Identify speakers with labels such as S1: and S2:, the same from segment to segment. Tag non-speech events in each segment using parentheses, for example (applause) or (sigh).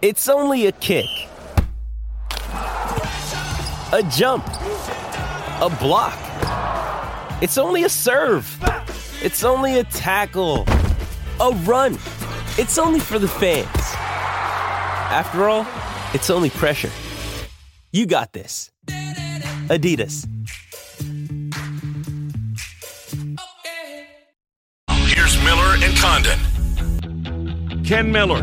S1: It's only a kick, a jump, a block. It's only a serve. It's only a tackle, a run. It's only for the fans. After all, it's only pressure. You got this. Adidas.
S2: Here's Miller and Condon. Ken Miller.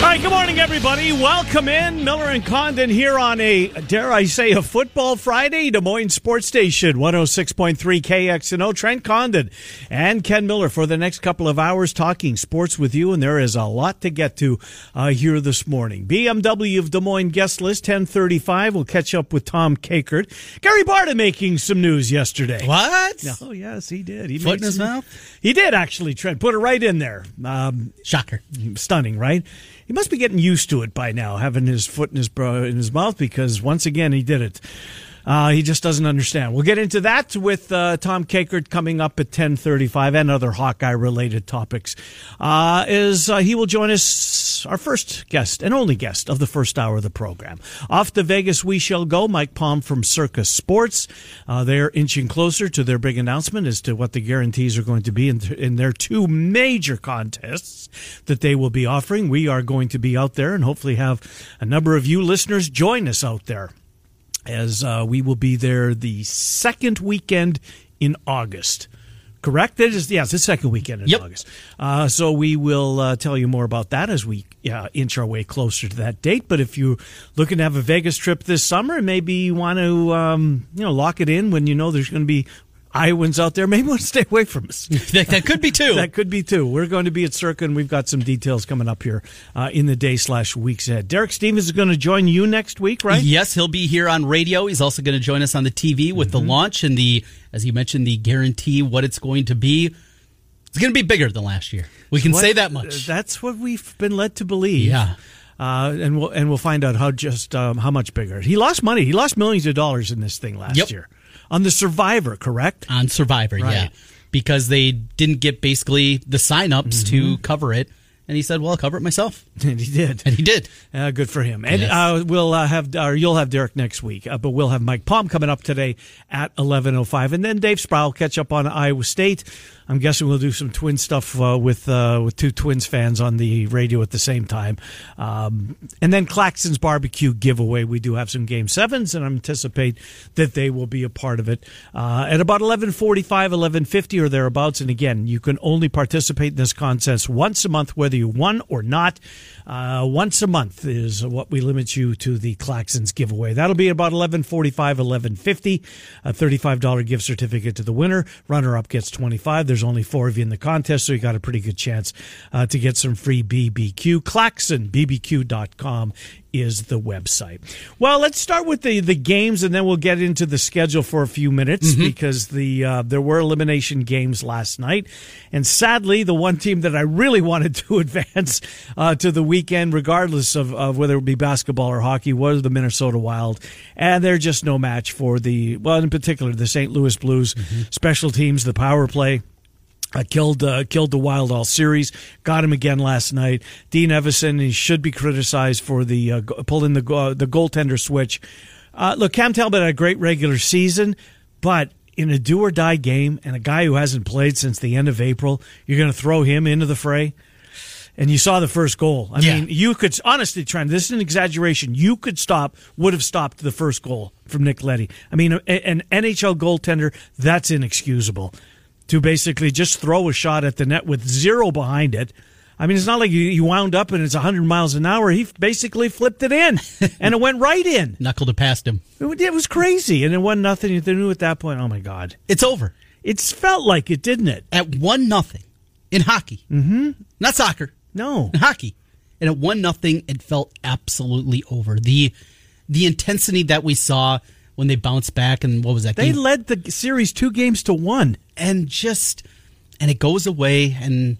S3: All right, good morning, everybody. Welcome in. Miller and Condon here on a, dare I say, a football Friday, Des Moines Sports Station, 106.3 KXNO. Trent Condon and Ken Miller for the next couple of hours talking sports with you, and there is a lot to get to uh, here this morning. BMW of Des Moines guest list, 1035. We'll catch up with Tom Cakert. Gary Barta making some news yesterday.
S4: What?
S3: Oh, yes, he did. He
S4: Foot
S3: made
S4: in his
S3: some-
S4: mouth?
S3: He did, actually, Trent. Put it right in there. Um,
S4: Shocker.
S3: stunning, right? He must be getting used to it by now, having his foot in his bro- in his mouth, because once again he did it. Uh, he just doesn't understand. We'll get into that with uh, Tom Cakert coming up at ten thirty-five, and other Hawkeye-related topics. Uh, is uh, he will join us, our first guest and only guest of the first hour of the program. Off to Vegas we shall go. Mike Palm from Circus Sports. Uh, they're inching closer to their big announcement as to what the guarantees are going to be in, in their two major contests that they will be offering. We are going to be out there and hopefully have a number of you listeners join us out there as uh, we will be there the second weekend in August. Correct? That is, yes, the second weekend in
S4: Yep.
S3: August. Uh, so we will uh, tell you more about that as we uh, inch our way closer to that date. But if you're looking to have a Vegas trip this summer, maybe you want to um, you know lock it in when you know there's going to be Iowans out there. (laughs) Maybe want to stay away from us.
S4: (laughs) That, that could be two.
S3: That could be too. We're going to be at Circa, and we've got some details coming up here uh, in the day slash weeks ahead. Derek Stevens is going to join you next week, right?
S4: Yes, he'll be here on radio. He's also going to join us on the TV with
S3: Mm-hmm.
S4: the launch and the, as you mentioned, the guarantee what it's going to be. It's going to be bigger than last year. We can
S3: What- Uh,
S4: say that much.
S3: That's what we've been led to believe.
S4: Yeah.
S3: Uh, and we'll and we'll find out how just um, how much bigger he lost money. He lost millions of dollars in this thing last
S4: Yep.
S3: year on the Survivor, correct? (laughs)
S4: on Survivor, yeah,
S3: Right.
S4: because they didn't get basically the sign-ups
S3: Mm-hmm.
S4: to cover it, and he said, "Well, I'll cover it myself,"
S3: And he did.
S4: and he did.
S3: Uh, good for him. And
S4: Yes.
S3: uh, we'll uh, have, or you'll have Derek next week, uh, but we'll have Mike Palm coming up today at 11.05. And then Dave Sproul will catch up on Iowa State. I'm guessing we'll do some twin stuff uh, with uh, with two Twins fans on the radio at the same time. Um, and then Claxton's Barbecue giveaway. We do have some Game 7s, and I anticipate that they will be a part of it uh, at about 11.45, 11.50 or thereabouts. And again, you can only participate in this contest once a month, whether you won or not. Uh, once a month is what we limit you to the Claxons giveaway. That'll be about 1145, 1150, a $35 gift certificate to the winner. Runner up gets 25. There's only four of you in the contest, so you got a pretty good chance uh, to get some free BBQ. ClaxonBBQ.com is the website. Well, let's start with the, the games and then we'll get into the schedule for a few minutes because the uh, there were elimination games last night. And sadly, the one team that I really wanted to (laughs) advance uh, to the weekend, regardless of, of whether it would be basketball or hockey, was the Minnesota Wild. And they're just no match for the, well, in particular, the St. Louis Blues special teams, the power play. Uh, killed uh, killed the Wild all series. Got him again last night. Dean Evison he should be criticized for the uh, go- pulling the go- uh, the goaltender switch. Uh, look, Cam Talbot had a great regular season, but in a do or die game, and a guy who hasn't played since the end of April, you're going to throw him into the fray. And you saw the first goal. I
S4: Yeah.
S3: mean, you could honestly, Trent. This is an exaggeration. You could stop, would have stopped the first goal from Nick Letty. I mean, a- an NHL goaltender that's inexcusable to basically just throw a shot at the net with zero behind it. I mean, it's not like you- you wound up and it's 100 miles an hour. He basically flipped it in, and it went right in.
S4: Knuckled it past him.
S3: It wa- it was crazy, and it won nothing. They knew at that point, oh my god,
S4: It's over
S3: it's felt like it, didn't it?
S4: at one nothing in hockey. Mm-hmm. Not soccer.
S3: No,
S4: in hockey. And at one nothing, it felt absolutely over. The the intensity that we saw when they bounced back and what was that (laughs)
S3: they
S4: game?
S3: led the series two games to one.
S4: and just and it goes away and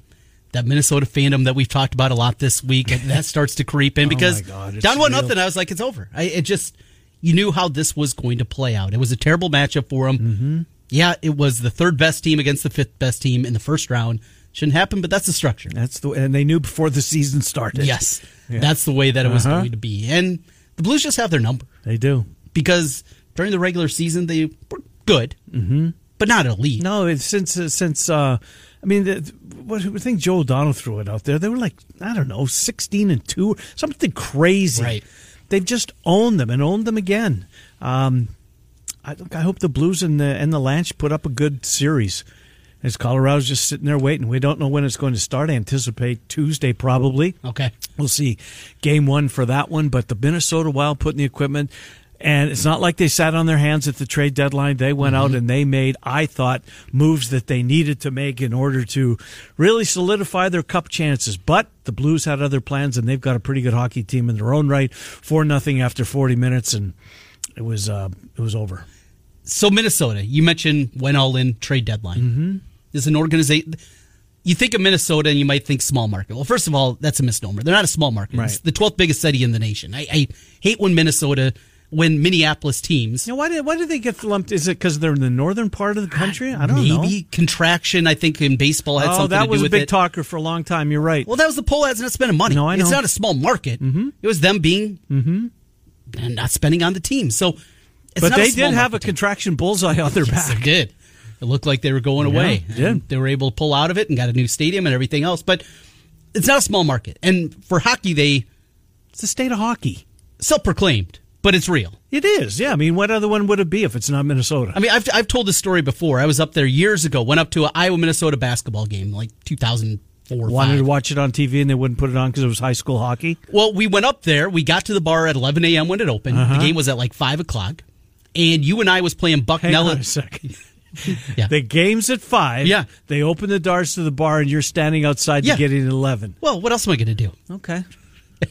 S4: that Minnesota fandom that we've talked about a lot this week and that starts
S3: (laughs)
S4: to creep in because
S3: Oh God, it's
S4: down one
S3: real.
S4: nothing, I was like, it's over. I, it just you knew how this was going to play out. It was a terrible matchup for them. Mm-hmm. Yeah, it was the third best team against the fifth best team in the first round. Shouldn't happen, but that's the structure.
S3: That's the and they knew before the season started.
S4: Yes, that's the way that it was
S3: Uh-huh.
S4: going to be. And the Blues just have their number
S3: they do.
S4: because during the regular season they were good, mm-hmm. but not elite.
S3: No, it's since uh, since uh, I mean, the, what I think Joe O'Donnell threw it out there. They were like I don't know, sixteen and two, something crazy.
S4: Right.
S3: They've just owned them and owned them again. Um, I, look, I hope the Blues and the and the Lanch put up a good series. As Colorado's just sitting there waiting, we don't know when it's going to start. I anticipate Tuesday probably.
S4: Okay.
S3: We'll see game one for that one, but the Minnesota Wild put in the equipment. And it's not like they sat on their hands at the trade deadline. They went out and they made, I thought, moves that they needed to make in order to really solidify their cup chances. But the Blues had other plans and they've got a pretty good hockey team in their own right. Four nothing after 40 minutes and it was, uh, it was over.
S4: So Minnesota, you mentioned went all in trade deadline. Mm-hmm. Is an organization. You think of Minnesota and you might think small market. Well, first of all, that's a misnomer. They're not a small market. It's
S3: Right.
S4: the 12th biggest city in the nation. I, I hate when Minnesota, when Minneapolis teams,
S3: Now, why did, why did they get lumped? Is it because they're in the northern part of the country? I don't know.
S4: maybe contraction. I think in baseball had
S3: Oh,
S4: something
S3: that
S4: to
S3: was a
S4: do with
S3: big
S4: it.
S3: talker for a long time. You're right.
S4: Well, that was the poll ads not spending money.
S3: No, I know.
S4: It's not a small market. Mm-hmm. It was them being and not spending on the team. So, it's
S3: Mm-hmm. but
S4: not
S3: they
S4: small
S3: did have
S4: market
S3: a contraction bullseye on their
S4: Yes,
S3: back.
S4: They did. It looked like they were going away.
S3: it did.
S4: And They were able to pull out of it and got a new stadium and everything else. But it's not a small market. And for hockey, they
S3: It's the state of hockey.
S4: self proclaimed, but it's real.
S3: It is, yeah. I mean, what other one would it be if it's not Minnesota?
S4: I mean, I've, I've told this story before. I was up there years ago, went up to an Iowa Minnesota basketball game, like 2004. or
S3: Wanted to
S4: five.
S3: watch it on TV and they wouldn't put it on because it was high school hockey.
S4: Well, we went up there. We got to the bar at 11 a.m. when it opened.
S3: Uh-huh.
S4: The game was at like 5 o'clock. And you and I was playing
S3: Hang
S4: Bucknell.
S3: on a second.
S4: (laughs) Yeah.
S3: The game's at five.
S4: Yeah.
S3: They open the doors to the bar and you're standing outside
S4: Yeah.
S3: to get in at eleven.
S4: well, what else am I going to do?
S3: Okay.
S4: (laughs)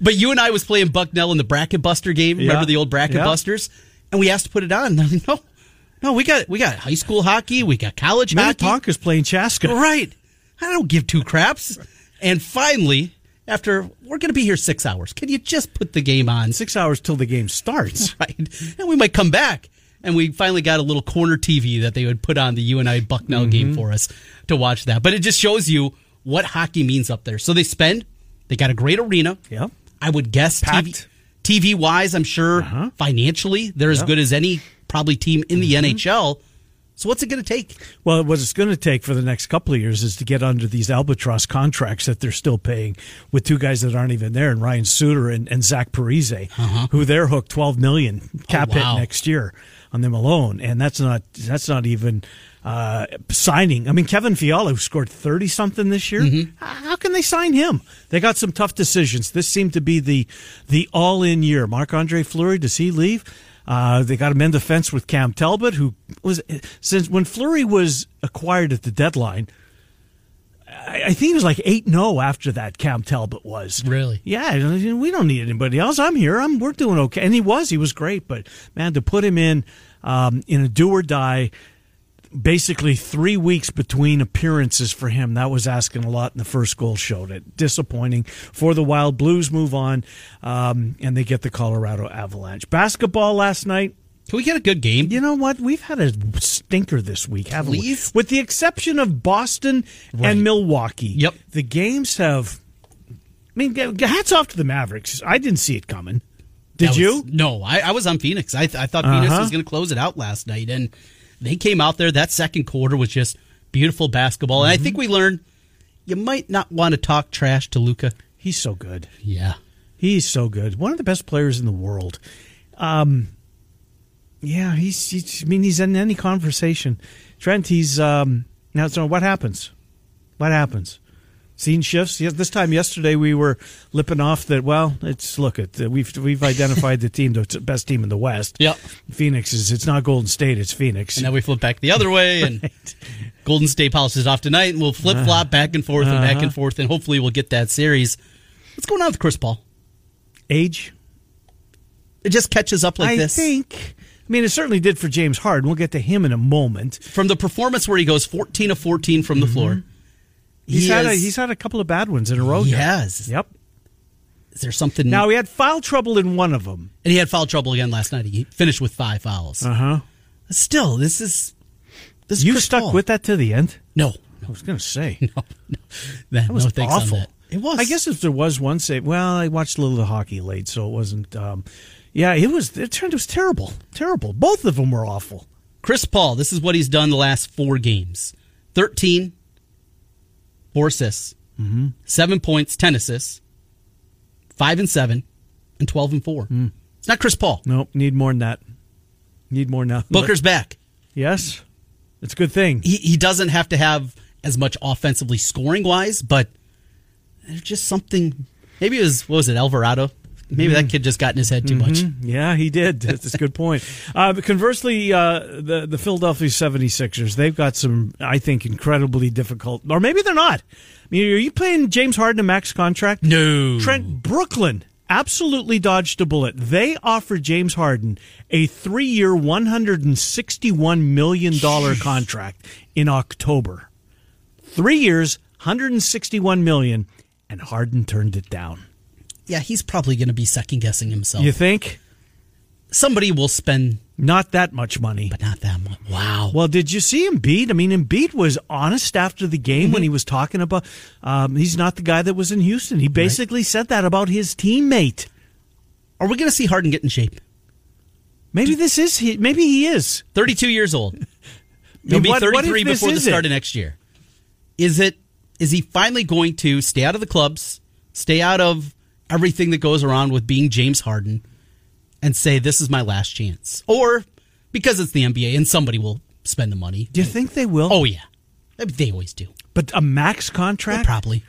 S4: but you and I was playing Bucknell in the Bracket Buster game. Remember
S3: Yeah.
S4: the old Bracket
S3: Yeah.
S4: Busters? And we asked to put it on. (laughs) And they're like, no, no, we got we got high school hockey, we got college hockey.
S3: Minnetonka's playing Chaska.
S4: Right. I don't give two craps. And finally, after we're going to be here six hours, can you just put the game on?
S3: Six hours till the game starts.
S4: (laughs) Right. And we might come back. And we finally got a little corner TV that they would put on the U and I Bucknell
S3: Mm-hmm.
S4: game for us to watch that. But it just shows you what hockey means up there. So they spend, they got a great arena.
S3: Yep.
S4: I would guess TV,
S3: Packed. Uh-huh.
S4: TV wise, I'm sure financially they're as good as any probably team in
S3: Mm-hmm.
S4: the NHL. So what's it going to take?
S3: Well, what it's going to take for the next couple of years is to get under these albatross contracts that they're still paying with two guys that aren't even there, and Ryan Suter and, and Zach Parise, who they're hooked twelve million cap
S4: Uh-huh. Oh, wow.
S3: hit next year on them alone, and that's not that's not even uh, signing. I mean, Kevin Fiala, who scored thirty something this year, h- how can they sign him? They got some tough decisions. This seemed to be the the all in year. Marc Andre Fleury, does he leave? Uh, they got to mend the fence with Cam Talbot, who was since when Fleury was acquired at the deadline. I, I think it was like eight 0 after that. Cam Talbot was
S4: Really?
S3: yeah. you know, We don't need anybody else. I'm here. I'm we're doing okay. And he was he was great, but man, to put him in um, in a do or die. Basically, three weeks between appearances for him. That was asking a lot, and the first goal showed it. Disappointing for the Wild Blues. Move on, um, and they get the Colorado Avalanche. Basketball last night.
S4: Can we get a good game?
S3: You know what? We've had a stinker this week, haven't
S4: Please?
S3: we? With the exception of Boston and Milwaukee.
S4: Yep.
S3: The games have. I mean, g- g- hats off to the Mavericks. I didn't see it coming. Did
S4: That was-
S3: you?
S4: No, I, I was on Phoenix. I, th- I thought Phoenix
S3: Uh-huh.
S4: was going to close it out last night, and they came out there. That second quarter was just beautiful basketball, and I
S3: Mm-hmm.
S4: think we learned you might not want to talk trash to Luca.
S3: He's so good.
S4: Yeah,
S3: He's so good. One of the best players in the world. Um, yeah, he's, he's. I mean, he's in any conversation. Trent, he's. Um, now, so what happens? What happens? Scene shifts. Yes, this time yesterday we were lipping off that. Well, it's look at we've
S4: (laughs)
S3: we've identified the team, the best team in the West.
S4: Yep.
S3: Phoenix is. It's not Golden State. It's Phoenix.
S4: and now we flip back the other way, and Golden State polishes off tonight, and we'll flip flop back and forth and
S3: Uh-huh.
S4: back and forth, and hopefully we'll get that series. What's going on with Chris Paul?
S3: (laughs) Age.
S4: It just catches up like
S3: I
S4: this.
S3: think. I mean, it certainly did for James Harden. We'll get to him in a moment.
S4: From the performance where he goes 14 of 14 from the floor,
S3: Mm-hmm. He's
S4: He
S3: had a
S4: is-
S3: he's had a couple of bad ones in a row. here.
S4: Yes.
S3: Yep.
S4: Is there something?
S3: Now he had foul trouble in one of them.
S4: and he had foul trouble again last night. He finished with five fouls.
S3: huh.
S4: Still, this is this. is
S3: Uh-huh. You
S4: Chris
S3: stuck
S4: Paul.
S3: with that to the end.
S4: no,
S3: I was going to
S4: (laughs)
S3: say
S4: no, no. That,
S3: that was
S4: no thanks on
S3: awful.
S4: that. It was.
S3: I guess if there was one save, well, I watched a little of the hockey late, so it wasn't. Um, yeah, it was. It turned. It was terrible. Terrible. Both of them were awful.
S4: Chris Paul, this is what he's done the last four games 13, four assists,
S3: Mm-hmm.
S4: seven points, 10 assists, five and seven, and 12 and four.
S3: Mm.
S4: It's not Chris Paul.
S3: Nope. Need more than that. Need more now.
S4: Booker's back.
S3: Yes. It's a good thing.
S4: He, he doesn't have to have as much offensively scoring wise, but there's just something. Maybe it was, what was it, Alvarado? Maybe that kid just got in his head too much.
S3: Yeah, he did. That's a good point. Uh, but conversely, uh, the, the Philadelphia 76ers, they've got some, I think, incredibly difficult, or maybe they're not. I mean, are you playing James Harden a max contract?
S4: No.
S3: Trent Brooklyn absolutely dodged a bullet. They offered James Harden a three year, $161 million contract in October. Three years, $161 million, and Harden turned it down.
S4: Yeah, he's probably going to be second guessing himself.
S3: You think?
S4: Somebody will spend,
S3: Not that much money.
S4: but not that much. Wow.
S3: Well, did you see Embiid? I mean, Embiid was honest after the game
S4: Mm-hmm.
S3: when he was talking about um, he's not the guy that was in Houston. He basically said that about his teammate.
S4: Are we going to see Harden get in shape?
S3: Maybe this is he. Maybe he is.
S4: 32
S3: (laughs)
S4: years old. He'll be
S3: what- what if
S4: 33
S3: this
S4: before the
S3: is it?
S4: start of next year. Is it? Is he finally going to stay out of the clubs, stay out of everything that goes around with being James Harden, and say this is my last chance? Or because it's the NBA and somebody will spend the money?
S3: Do you think they will?
S4: Oh yeah, they always do.
S3: but a max
S4: Well,
S3: contract?
S4: probably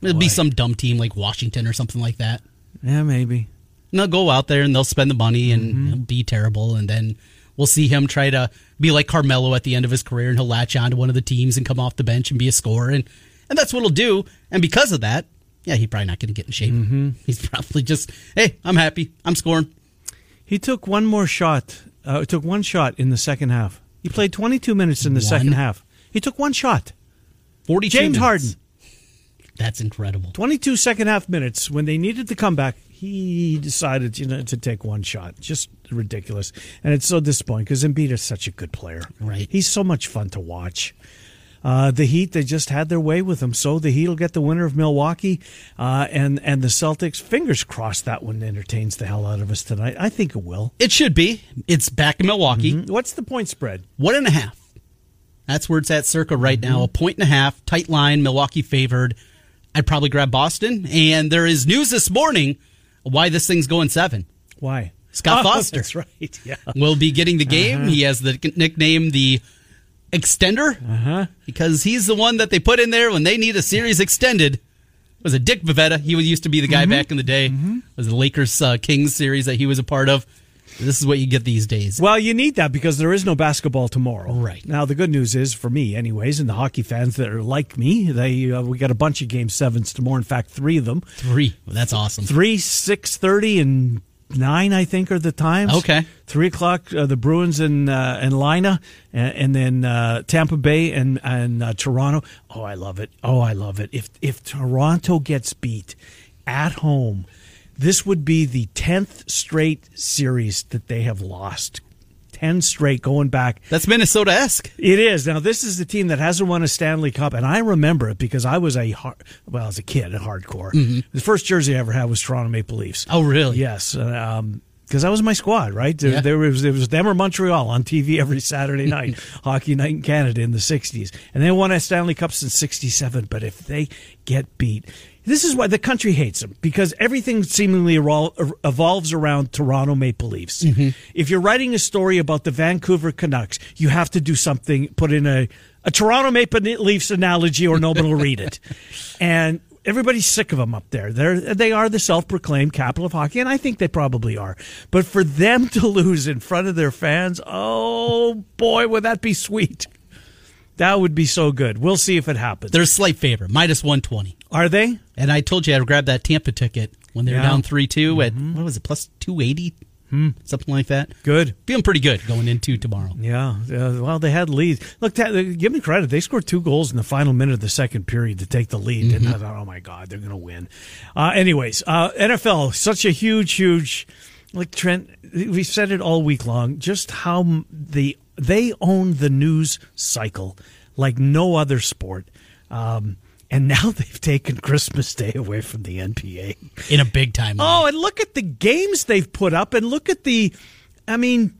S4: it'll be
S3: Boy.
S4: some dumb team like Washington or something like that.
S3: yeah, maybe.
S4: And they'll go out there and they'll spend the money and
S3: Mm-hmm.
S4: it'll be terrible. And then we'll see him try to be like Carmelo at the end of his career and he'll latch on to one of the teams and come off the bench and be a scorer. And, and that's what he'll do. And because of that, yeah, he's probably not going to get in shape.
S3: Mm-hmm.
S4: He's probably just, hey, I'm happy. I'm scoring.
S3: He took one more shot. Uh, took one shot in the second half. He played 22 minutes in the second half. He took one shot.
S4: 42
S3: James
S4: minutes.
S3: Harden,
S4: That's incredible.
S3: 22 second half minutes when they needed the comeback. He decided, you know, to take one shot. Just ridiculous, and it's so disappointing because Embiid is such a good player.
S4: Right.
S3: he's so much fun to watch. Uh, the Heat, they just had their way with them. So the Heat will get the winner of Milwaukee uh, and and the Celtics. Fingers crossed that one entertains the hell out of us tonight. I think it will.
S4: It should be. It's back in Milwaukee.
S3: What's the point spread?
S4: One and a half. That's where it's at circa right now. A point and a half, tight line, Milwaukee favored. I'd probably grab Boston. And there is news this morning why this thing's going seven.
S3: Why? (laughs)
S4: Scott
S3: Oh,
S4: Foster.
S3: That's right. Yeah.
S4: Will be getting the game. He has the nickname the Extender because he's the one that they put in there when they need a series extended. It was a Dick Bavetta. He was used to be the guy back in the day. It was the Lakers uh, Kings series that he was a part of. This is what you get these days.
S3: Well, you need that because there is no basketball tomorrow.
S4: Right.
S3: Now, the good news is for me, anyways, and the hockey fans that are like me, they uh, we got a bunch of game sevens tomorrow. In fact, three of them.
S4: Three. Well, that's awesome.
S3: three, six thirty, and nine. I think are the times.
S4: Okay.
S3: three o'clock. Uh, the Bruins and uh, and Lina, and, and then uh, Tampa Bay and and uh, Toronto. Oh, I love it. Oh, I love it. If if Toronto gets beat at home, this would be the tenth straight series that they have lost. Ten straight going back.
S4: That's Minnesota esque.
S3: It is. Now, this is the team that hasn't won a Stanley Cup, and I remember it because I was a, har- well, as a kid, a hardcore. The first jersey I ever had was Toronto Maple Leafs.
S4: Mm-hmm. Oh, really?
S3: Yes. Um, because that was my squad, right? There,
S4: Yeah.
S3: there was there was them or Montreal on TV every Saturday
S4: (laughs)
S3: night, hockey night in Canada in the '60s, and they won a Stanley Cup since '67. But if they get beat, this is why the country hates them because everything seemingly erol- evolves around Toronto Maple Leafs.
S4: Mm-hmm.
S3: If you're writing a story about the Vancouver Canucks, you have to do something, put in a a Toronto Maple Leafs analogy, or nobody will read
S4: (laughs)
S3: it. And everybody's sick of them up there. They're they are the self-proclaimed capital of hockey, and I think they probably are. But for them (laughs) to lose in front of their fans, oh boy, would that be sweet? That would be so good. We'll see if it happens.
S4: They're a slight favorite, minus 120.
S3: are they?
S4: And I told you I'd grab that Tampa ticket when they were
S3: Yeah. Mm-hmm. Hmm.
S4: down 3 2 at, what was it, plus 280? something like that.
S3: Good.
S4: Feeling pretty good going into tomorrow.
S3: Yeah, yeah, well, they had leads. Look, that, give them credit. They scored two goals in the final minute of the second period to take the lead. And I thought, oh my God, they're going to win. Uh, anyways, uh, NFL, such a huge, huge. Like Trent, we've said it all week long. Just how m- the they own the news cycle like no other sport. Um, and (laughs) now they've taken Christmas Day away from the NBA.
S4: in a big time. way.
S3: Oh, and look at the games they've put up, and look at the, I mean,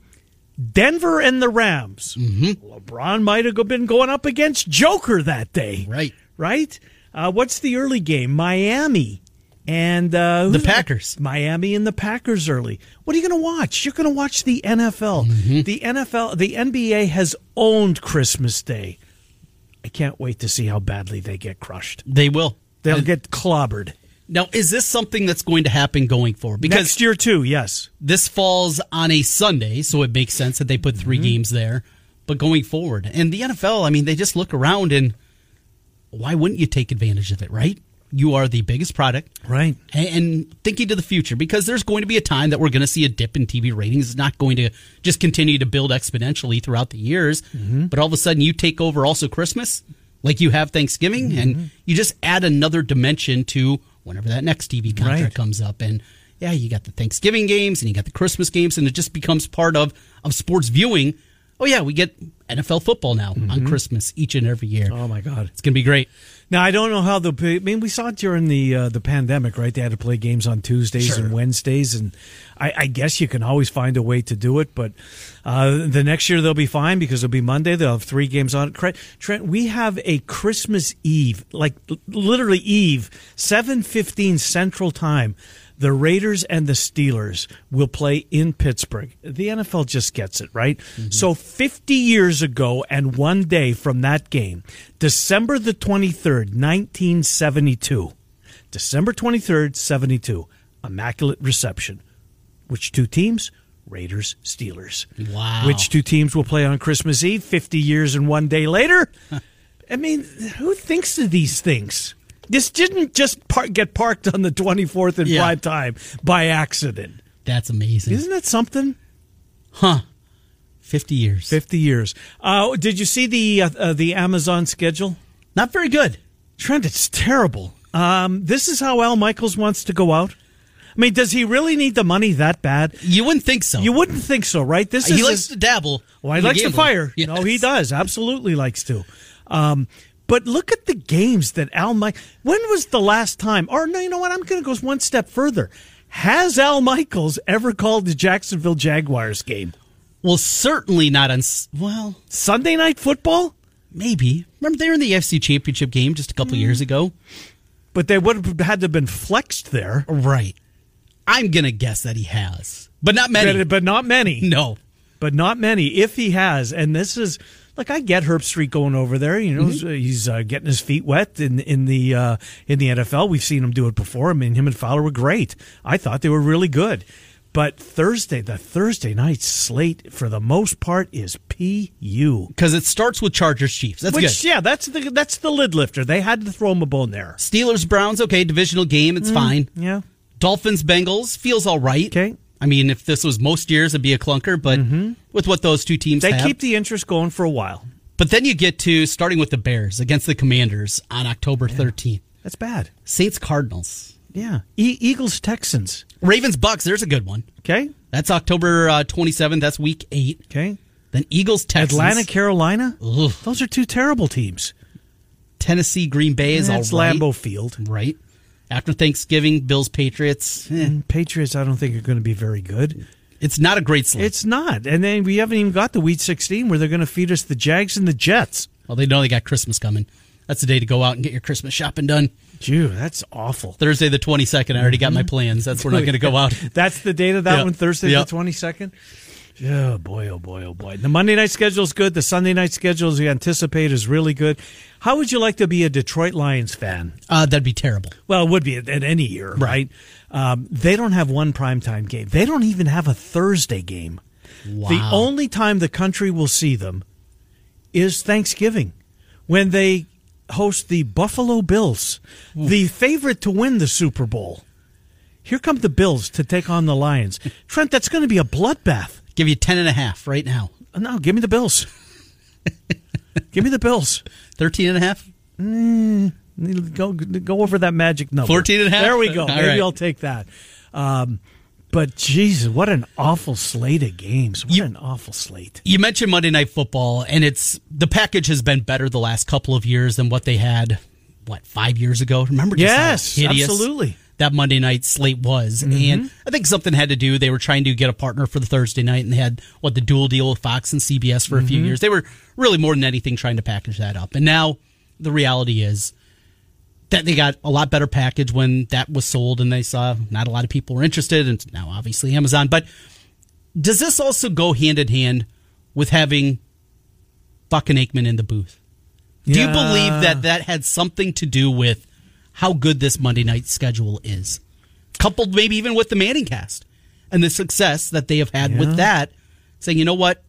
S3: Denver and the Rams.
S4: Mm-hmm.
S3: LeBron might have been going up against Joker that day,
S4: Right.
S3: Right. Uh, what's the early game? Miami and uh, who's-
S4: Packers.
S3: Miami and the Packers early. What are you going to watch? You're going to watch the NFL.
S4: Mm-hmm.
S3: The NFL, the NBA has owned Christmas Day. I can't wait to see how badly they get crushed.
S4: They will.
S3: They'll get clobbered
S4: Now, is this something that's going to happen going forward? Because
S3: next year too. Yes.
S4: this falls on a Sunday, so it makes sense that they put
S3: Mm-hmm.
S4: 3 games there. But going forward, and the NFL, I mean, they just look around and why wouldn't you take advantage of it, right? You are the biggest product.
S3: Right.
S4: and, and thinking to the future because there's going to be a time that we're going to see a dip in TV ratings. It's not going to just continue to build exponentially throughout the years,
S3: Mm-hmm.
S4: but all of a sudden you take over also Christmas, like you have Thanksgiving,
S3: Mm-hmm.
S4: and you just add another dimension to whenever that next TV contract
S3: Right.
S4: comes up. And yeah, you got the Thanksgiving games and you got the Christmas games, and it just becomes part of of sports viewing. Oh yeah, we get NFL football now on
S3: Mm-hmm.
S4: Christmas each and every year.
S3: Oh my God.
S4: It's going to be great.
S3: Now I don't know how the. I mean, we saw it during the uh, the pandemic, right? They had to play games on Tuesdays and Wednesdays, and I, I guess you can always find a way to do it. But uh, the next year they'll be fine because it'll be Monday. They'll have three games on. Cre- Trent, we have a Christmas Eve, like l- literally Eve, seven fifteen Central Time. The Raiders and the Steelers will play in Pittsburgh. The NFL just gets it, right? So 50 years ago and one day from that game, December the 23rd, 1972. December 23rd, 72. Immaculate reception. Which two teams? Raiders, Steelers.
S4: Wow.
S3: Which two teams will play on Christmas Eve 50 years and one day later? I mean, who thinks of these things? This didn't just par- get parked on the 24th in
S4: Yeah.
S3: prime time by accident.
S4: That's amazing.
S3: Isn't that something?
S4: 50 years.
S3: 50 years. Uh, did you see the uh, uh, the Amazon schedule?
S4: Not very good.
S3: Trent, it's terrible. Um, this is how Al Michaels wants to go out. I mean, does he really need the money that bad?
S4: You wouldn't think so.
S3: You wouldn't think so, right? This is
S4: he
S3: his-
S4: likes to dabble.
S3: Well, he
S4: in the
S3: likes to
S4: gambling.
S3: fire.
S4: Yes.
S3: No, he does. Absolutely likes to. Um, but look at the games that Al Mike. When was the last time? Or no, you know what? I'm going to go one step further. Has Al Michaels ever called the Jacksonville Jaguars game?
S4: Well, certainly not on. s- Well,
S3: Sunday night football?
S4: maybe. Remember they were in the AFC Championship game just a couple
S3: Mm.
S4: years ago.
S3: But they would have had to have been flexed there,
S4: Right. I'm gonna guess that he has, but not many.
S3: but, but not many.
S4: (laughs) no.
S3: but not many. If he has, and this is like I get Herb Street going over there. You know,
S4: Mm-hmm.
S3: he's uh, getting his feet wet in in the uh, in the NFL. We've seen him do it before. I mean, him and Fowler were great. I thought they were really good. But Thursday, the Thursday night slate for the most part is PU.
S4: Because it starts with Chargers Chiefs. That's
S3: Which
S4: good.
S3: yeah, that's the that's the lid lifter. They had to throw him a bone there.
S4: Steelers Browns. Okay, divisional game.
S3: Mm.
S4: It's fine.
S3: Yeah.
S4: Dolphins Bengals feels all right.
S3: Okay. Mm-hmm.
S4: I mean, if this was most years, it'd be a clunker. But with what those two teams
S3: They
S4: have,
S3: keep the interest going for a while.
S4: but then you get to starting with the Bears against the Commanders on October 13th.
S3: That's bad.
S4: Saints Cardinals.
S3: Yeah. E- Eagles Texans.
S4: Ravens Bucks, there's a good one.
S3: Okay?
S4: That's October uh, 27th. That's week eight.
S3: Okay.
S4: Then Eagles Texans.
S3: Atlanta, Carolina.
S4: Ugh.
S3: Those are two terrible teams.
S4: Tennessee Green Bay is
S3: That's
S4: all right.
S3: Lambeau Field.
S4: Right. After Thanksgiving, Bills Patriots. Eh,
S3: And Patriots, I don't think are going to be very good.
S4: It's not a great slate.
S3: It's not. And then we haven't even got the Week 16 where they're going to feed us the Jags and the Jets.
S4: well, they know they got Christmas coming. That's the day to go out and get your Christmas shopping done.
S3: Phew, that's awful.
S4: Thursday the 22nd. I already got
S3: Mm-hmm.
S4: my plans. That's when I'm going to go out.
S3: (laughs) That's the date of that
S4: Yeah.
S3: one, Thursday
S4: Yeah.
S3: the 22nd. Oh, boy, oh, boy, oh, boy. The Monday night schedule is good. The Sunday night schedule, as we anticipate, is really good. How would you like to be a Detroit Lions fan?
S4: Uh, that'd be terrible.
S3: Well, it would be at, at any year, right? Um, they don't have one primetime game. They don't even have a Thursday game. The
S4: Wow.
S3: only time the country will see them is Thanksgiving when they host the Buffalo Bills, the favorite to win the Super Bowl. Here come the Bills to take on the Lions. Trent, that's going to be a bloodbath.
S4: Give you 10 and a half right now.
S3: No, give me the Bills. give me the Bills.
S4: 13 and a half?
S3: Go go over that magic number.
S4: 14 and a half?
S3: There we go.
S4: All
S3: Maybe
S4: right.
S3: I'll take that. Um, but Jesus, what an awful slate of games. What
S4: You-
S3: an awful slate.
S4: You mentioned Monday Night Football, and it's the package has been better the last couple of years than what they had, what, five years ago? Remember just how
S3: Yes,
S4: hideous
S3: absolutely. Mm-hmm.
S4: that Monday night slate was. And I think something had to do, they were trying to get a partner for the Thursday night, and they had, what, the dual deal with Fox and CBS for a
S3: Mm-hmm.
S4: few years. They were really more than anything trying to package that up. And now the reality is, that they got a lot better package when that was sold and they saw not a lot of people were interested and now obviously Amazon but does this also go hand in hand with having Buck and Aikman in the booth do you
S3: Yeah.
S4: believe that that had something to do with how good this Monday night schedule is coupled maybe even with the Manning cast and the success that they have had
S3: Yeah.
S4: with that saying you know what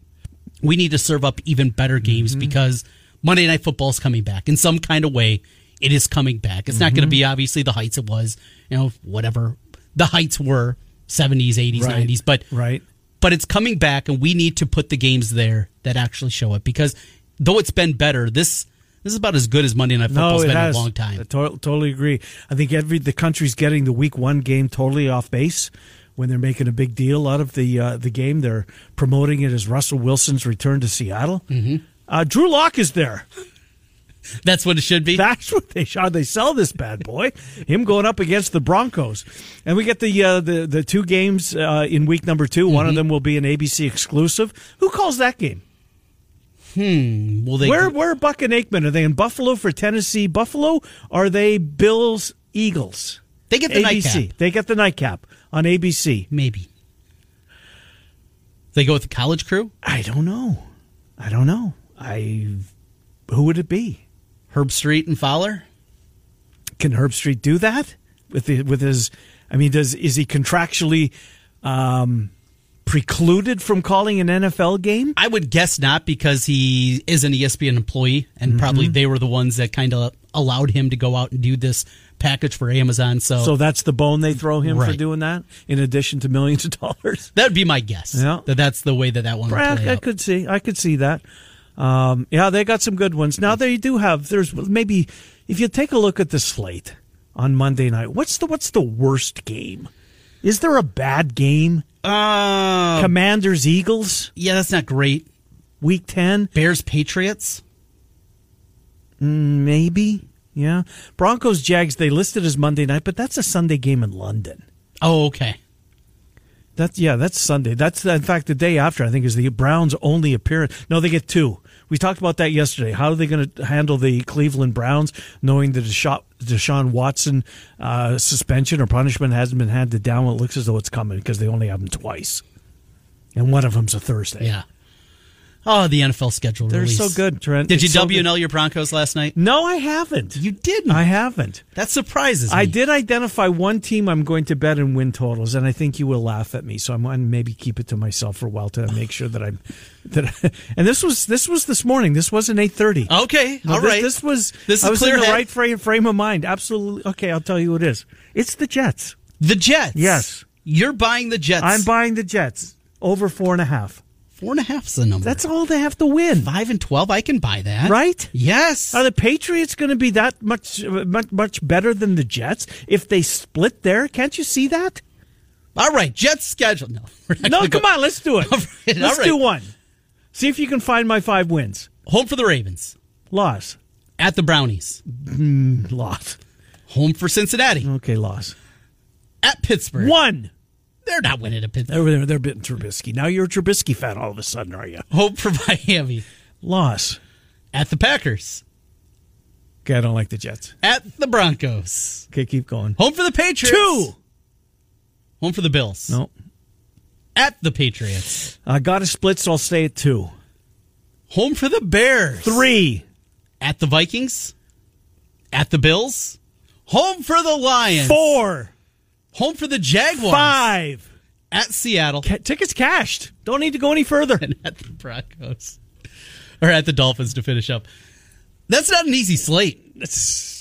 S4: we need to serve up even better games
S3: Mm-hmm.
S4: because Monday Night Football is coming back in some kind of way. It is coming back. It's not going to
S3: Mm-hmm.
S4: be obviously the heights it was, you know, whatever the heights were, seventies, eighties,
S3: Right.
S4: nineties, but
S3: Right.
S4: but it's coming back, and we need to put the games there that actually show it because though it's been better, this this is about as good as Monday Night Football's been in a long
S3: I
S4: time.
S3: to- totally agree. I think every the country's getting the week one game totally off base when they're making a big deal out of the uh, the game. They're promoting it as Russell Wilson's return to Seattle. Mm-hmm. Uh, Drew Lock is there.
S4: That's what it should be.
S3: (laughs) That's what they how they sell this bad boy. Him going up against the Broncos, and we get the uh, the the two games uh, in week number 2 One
S4: Mm-hmm.
S3: of them will be an ABC exclusive. Who calls that game?
S4: Will they?
S3: Where where are Buck and Aikman? Are they in Buffalo for Tennessee Buffalo? Are they Bills Eagles?
S4: They get
S3: ABC.
S4: the nightcap.
S3: They get the nightcap on ABC.
S4: maybe they go with the college crew?
S3: I don't know. I don't know. I who would it be?
S4: Herb Street and Fowler.
S3: Can Herb Street do that with the, with his? I mean, does is he contractually um, precluded from calling an NFL game?
S4: I would guess not because he is an E ESPN employee, and
S3: Mm-hmm.
S4: probably they were the ones that kind of allowed him to go out and do this package for Amazon. So,
S3: So that's the bone they throw him for
S4: Oh. Right.
S3: doing that, in addition to millions of dollars.
S4: that would be my guess.
S3: Yeah.
S4: That that's the way that that one would
S3: Yeah,
S4: play
S3: I
S4: out.
S3: could see. I could see that. Um, yeah, they got some good ones. Now they do have. There's maybe if you take a look at the slate on Monday night. What's the what's the worst game? Is there a bad game?
S4: Uh,
S3: Commanders Eagles
S4: yeah, that's not great.
S3: Week Ten
S4: Bears Patriots.
S3: maybe. Yeah, Broncos Jags they listed as Monday night, but that's a Sunday game in London.
S4: Oh, okay.
S3: That's yeah, that's Sunday. That's in fact the day after. I think is the Browns' only appearance. No, they get two. We talked about that yesterday. How are they going to handle the Cleveland Browns, knowing the Desha- Deshaun Watson uh, suspension or punishment hasn't been handed down? It looks as though it's coming because they only have them twice, and one of them's a Thursday.
S4: Yeah. Oh, the NFL schedule.
S3: They're
S4: release.
S3: so good, Trent.
S4: Did you
S3: It's so
S4: W and L your Broncos last night?
S3: good. No, I haven't.
S4: You didn't.
S3: I haven't.
S4: that surprises me.
S3: I did identify one team I'm going to bet in win totals, and I think you will laugh at me. So I'm going to maybe keep it to myself for a while to make sure that I'm (laughs) that. And this was this was this morning. This wasn't eight thirty.
S4: Okay.
S3: No,
S4: all
S3: this,
S4: right.
S3: This was
S4: This is
S3: I was in
S4: clear
S3: the
S4: head.
S3: right frame, frame of mind. Absolutely. Okay, I'll tell you what it is. It's the Jets.
S4: the Jets.
S3: Yes.
S4: You're buying the Jets.
S3: I'm buying the Jets over four and a half.
S4: four and a half's the number.
S3: That's all they have to win,
S4: five and twelve. I can buy that.
S3: right?
S4: Yes.
S3: Are the Patriots going to be that much much much better than the Jets if they split there? Can't you see that?
S4: All right, Jets schedule. No, (laughs) we're not
S3: No,
S4: gonna
S3: come
S4: go.
S3: on, let's do it.
S4: (laughs) All right, all
S3: let's
S4: right.
S3: do one. See if you can find my five wins.
S4: Home for the Ravens,
S3: Loss.
S4: at the Brownies,
S3: Loss.
S4: home for Cincinnati,
S3: Okay, loss.
S4: at Pittsburgh.
S3: One.
S4: They're not winning at Pittsburgh.
S3: They're, they're, they're bitten Trubisky. Now you're a Trubisky fan all of a sudden, are you?
S4: Home for (laughs) Miami,
S3: Loss.
S4: at the Packers,
S3: Okay, I don't like the Jets.
S4: at the Broncos,
S3: Okay, keep going.
S4: home for the Patriots,
S3: Two.
S4: home for the Bills,
S3: No.
S4: at the Patriots,
S3: I got a split, so I'll stay at two.
S4: home for the Bears,
S3: Three.
S4: at the Vikings, at the Bills, home for the Lions,
S3: Four.
S4: home for the Jaguars,
S3: Five.
S4: at Seattle,
S3: Ca- tickets cashed. Don't need to go any further.
S4: (laughs) and at the Broncos, or at the Dolphins to finish up. That's not an easy slate.
S3: It's-